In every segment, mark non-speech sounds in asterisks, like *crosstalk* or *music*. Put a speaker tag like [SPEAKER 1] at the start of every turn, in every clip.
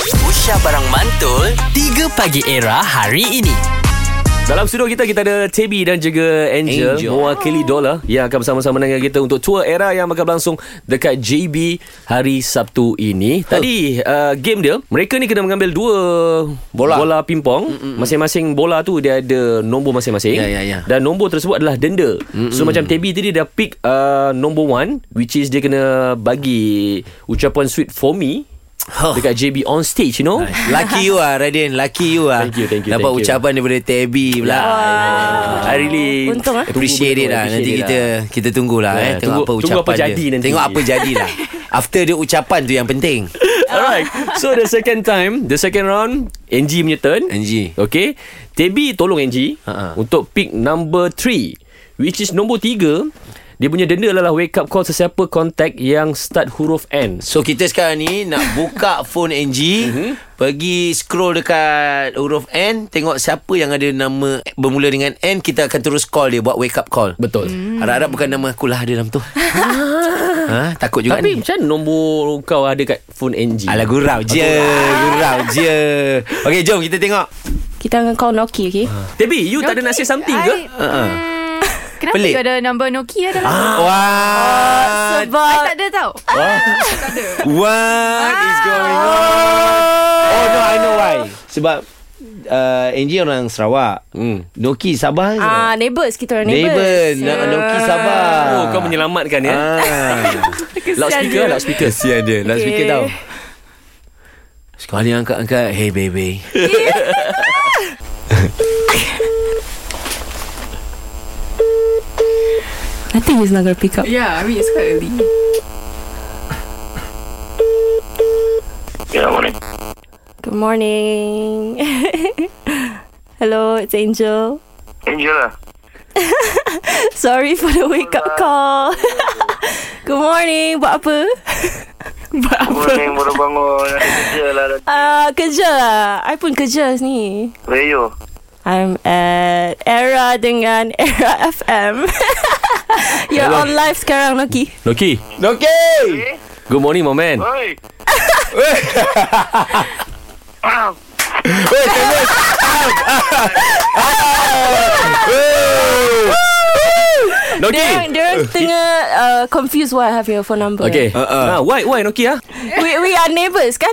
[SPEAKER 1] Aisyah Barang Mantul 3 Pagi Era hari ini
[SPEAKER 2] Dalam studio kita kita ada Tebi dan juga Angel,
[SPEAKER 1] Angel.
[SPEAKER 2] Angel. mewakili Dola yang akan bersama-sama dengan kita untuk tour era yang akan berlangsung dekat JB hari Sabtu ini. Tadi uh, game dia, mereka ni kena mengambil dua bola, bola pingpong. Masing-masing bola tu dia ada nombor masing-masing.
[SPEAKER 1] Ya, ya, ya.
[SPEAKER 2] Dan nombor tersebut adalah denda. Mm-mm. So macam Tebi tadi dia pick uh, nombor one which is dia kena bagi ucapan sweet for me
[SPEAKER 1] Huh.
[SPEAKER 2] dekat JB on stage you know.
[SPEAKER 1] Lucky you ah Radin Lucky you ah
[SPEAKER 2] Thank you, thank you,
[SPEAKER 1] Dapat
[SPEAKER 2] thank you. Ya.
[SPEAKER 1] ucapan daripada Tebi pula Eh,
[SPEAKER 2] I really
[SPEAKER 3] Untung, ah.
[SPEAKER 1] Appreciate it lah Nanti kita Kita tunggulah
[SPEAKER 2] Ya,
[SPEAKER 1] eh Tengok
[SPEAKER 2] tunggu-
[SPEAKER 1] apa ucapan
[SPEAKER 2] tunggu apa
[SPEAKER 1] dia.
[SPEAKER 2] jadi nanti.
[SPEAKER 1] Tengok apa jadi
[SPEAKER 2] *laughs*
[SPEAKER 1] lah After dia ucapan tu yang penting
[SPEAKER 2] Alright So the second time The second round Angie punya turn
[SPEAKER 1] Angie
[SPEAKER 2] Okay Tebi tolong Angie
[SPEAKER 1] Ha-ha.
[SPEAKER 2] Untuk pick number 3 Which is nombor 3 Dia punya denda adalah Wake up call sesiapa kontak Yang start huruf N
[SPEAKER 1] So kita sekarang ni Nak buka phone Angie
[SPEAKER 2] Mhm.
[SPEAKER 1] Pergi scroll dekat Huruf N Tengok siapa yang ada nama eh, Bermula dengan N Kita akan terus call dia Buat wake up call
[SPEAKER 2] Betul
[SPEAKER 1] Hmm. Harap-harap bukan nama akulah ada
[SPEAKER 4] *laughs*
[SPEAKER 1] dalam tu ha, Takut juga
[SPEAKER 2] Tapi
[SPEAKER 1] ni
[SPEAKER 2] macam mana nombor kau ada kat phone Angie
[SPEAKER 1] Alah gurau je Gurau je Okey jom kita tengok
[SPEAKER 3] Kita akan call Noki, okay?
[SPEAKER 1] Ah.
[SPEAKER 2] Tebi you tak ada nak say something ke? Ha.
[SPEAKER 5] Kenapa
[SPEAKER 1] Pelik.
[SPEAKER 5] Pelik. kau ada nombor Nokia dalam?
[SPEAKER 1] ah. What
[SPEAKER 5] Sebab I tak ada tau
[SPEAKER 1] What is going on
[SPEAKER 4] Oh no, I know why. Sebab uh, Angie orang Sarawak.
[SPEAKER 2] Hmm.
[SPEAKER 4] Noki Sabah je.
[SPEAKER 3] Ah, neighbours kita orang neighbours. Ah.
[SPEAKER 4] Neighbor, no- Noki Sabah.
[SPEAKER 2] Oh kau menyelamatkan ya
[SPEAKER 4] Ah.
[SPEAKER 2] Loudspeaker Loudspeaker
[SPEAKER 4] Kesian dia. Last speaker
[SPEAKER 3] Okay.
[SPEAKER 4] tau.
[SPEAKER 1] Sekali angkat-angkat Hey baby
[SPEAKER 3] I think he's not gonna pick up.
[SPEAKER 5] Yeah, I mean it's quite early
[SPEAKER 3] Good morning. *laughs* Hello, it's Angel. *laughs*
[SPEAKER 6] Angela.
[SPEAKER 3] Sorry for the wake up call. *laughs* Good morning. Buat
[SPEAKER 5] *laughs*
[SPEAKER 3] apa? Buat apa?
[SPEAKER 6] Morning baru bangun Ada kerja lah
[SPEAKER 3] Ah, uh, kerja lah. I pun kerja ni.
[SPEAKER 6] Where you?
[SPEAKER 3] I'm at Era dengan Era FM. *laughs* You're on live sekarang, Noki.
[SPEAKER 2] Loki
[SPEAKER 4] Noki!
[SPEAKER 2] Good morning my man
[SPEAKER 6] Oi
[SPEAKER 4] Weh, tembus!
[SPEAKER 3] Dia
[SPEAKER 2] *laughs* Noki
[SPEAKER 3] dia tengah uh, confused why I have your phone number.
[SPEAKER 2] Okay
[SPEAKER 4] Uh-uh.
[SPEAKER 2] Ah, Why why Noki ah?
[SPEAKER 3] We we are neighbours kan?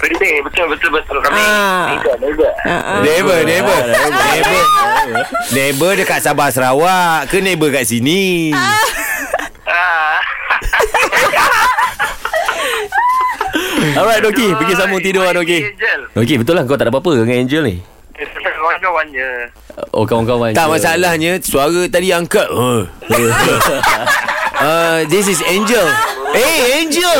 [SPEAKER 6] Penting betul betul betul Kami
[SPEAKER 3] Ah.
[SPEAKER 6] Tidak tidak
[SPEAKER 4] Neighbor, neighbor. Neighbor. Neighbor dekat Sabah Sarawak. Ke neighbor kat sini?
[SPEAKER 2] Ah. Alright Doki Pergi sambung tidur lah Doki
[SPEAKER 6] Angel
[SPEAKER 2] Doki betul lah kau tak ada apa-apa dengan Angel ni
[SPEAKER 6] Kawan-kawannya
[SPEAKER 2] Oh kawan-kawan
[SPEAKER 1] Tak
[SPEAKER 2] je.
[SPEAKER 1] masalahnya Suara tadi angkat *laughs* oh. uh, This is Angel Hey Angel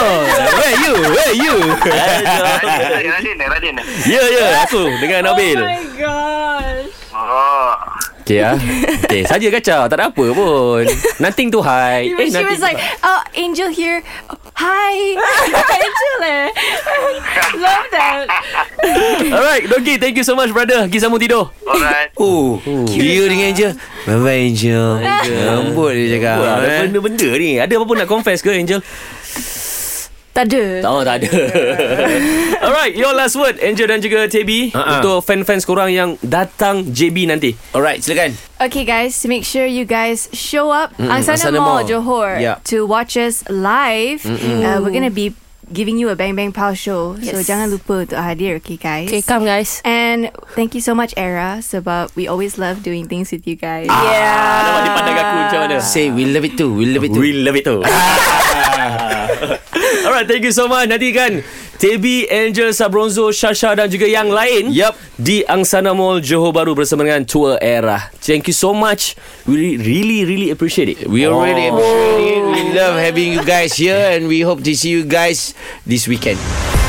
[SPEAKER 1] Where you Where you
[SPEAKER 6] Radin Radin eh, Radin eh.
[SPEAKER 2] *laughs* Ya yeah, ya yeah, aku dengan Nabil
[SPEAKER 3] Oh gosh.
[SPEAKER 6] Oh
[SPEAKER 2] Okay ah Okay saja kacau Tak ada apa pun Nothing to hide Eh,
[SPEAKER 5] She
[SPEAKER 2] nothing
[SPEAKER 5] was
[SPEAKER 2] to
[SPEAKER 5] like Oh Angel here oh,
[SPEAKER 3] *laughs*
[SPEAKER 5] Hi
[SPEAKER 3] Angel eh. Love that.
[SPEAKER 2] hide. Alright Doki thank you so much brother Pergi sambung tidur
[SPEAKER 6] Alright
[SPEAKER 1] Oh, dia dengan Angel Bye bye Angel Rambut dia cakap
[SPEAKER 2] Wah,
[SPEAKER 1] eh.
[SPEAKER 2] ada benda-benda ni Ada apa-apa nak confess ke Angel?
[SPEAKER 3] Tak ada.
[SPEAKER 2] Tak oh, tak ada *laughs* Alright your last word Angel dan juga TB
[SPEAKER 1] Ha-ha.
[SPEAKER 2] Untuk fan-fans korang yang datang JB nanti
[SPEAKER 1] Alright silakan
[SPEAKER 5] Okay guys Make sure you guys Show up mm Angsana,
[SPEAKER 1] Angsana Mall.
[SPEAKER 5] Mall, Johor
[SPEAKER 1] Yeah.
[SPEAKER 5] To watch us live uh, We're gonna be Giving you a Bang Bang Pow show So
[SPEAKER 3] Yes.
[SPEAKER 5] jangan lupa Untuk hadir Okay guys
[SPEAKER 3] Okay, come guys.
[SPEAKER 5] And thank you so much Era Sebab we always love Doing things with you guys
[SPEAKER 3] Ah, Yeah.
[SPEAKER 2] Alamak dia Ah, pandang aku macam mana
[SPEAKER 1] Say we love it too We love it too
[SPEAKER 2] We love it too Alright thank you so much Nanti kan TB, Angel, Sabronzo, Shasha dan juga yang lain
[SPEAKER 1] Yup.
[SPEAKER 2] Di Angsana Mall Johor Baru bersama dengan Tour Era Thank you so much We re- really really appreciate it
[SPEAKER 1] We already
[SPEAKER 2] Oh.
[SPEAKER 1] appreciate it. We love having you guys here and we hope to see you guys this weekend.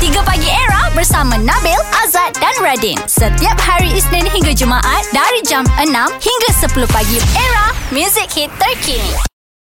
[SPEAKER 7] 3 Pagi Era bersama Nabil, Azad dan Radin. Setiap hari Isnin hingga Jumaat dari jam 6 hingga 10 pagi. Era, music hit terkini.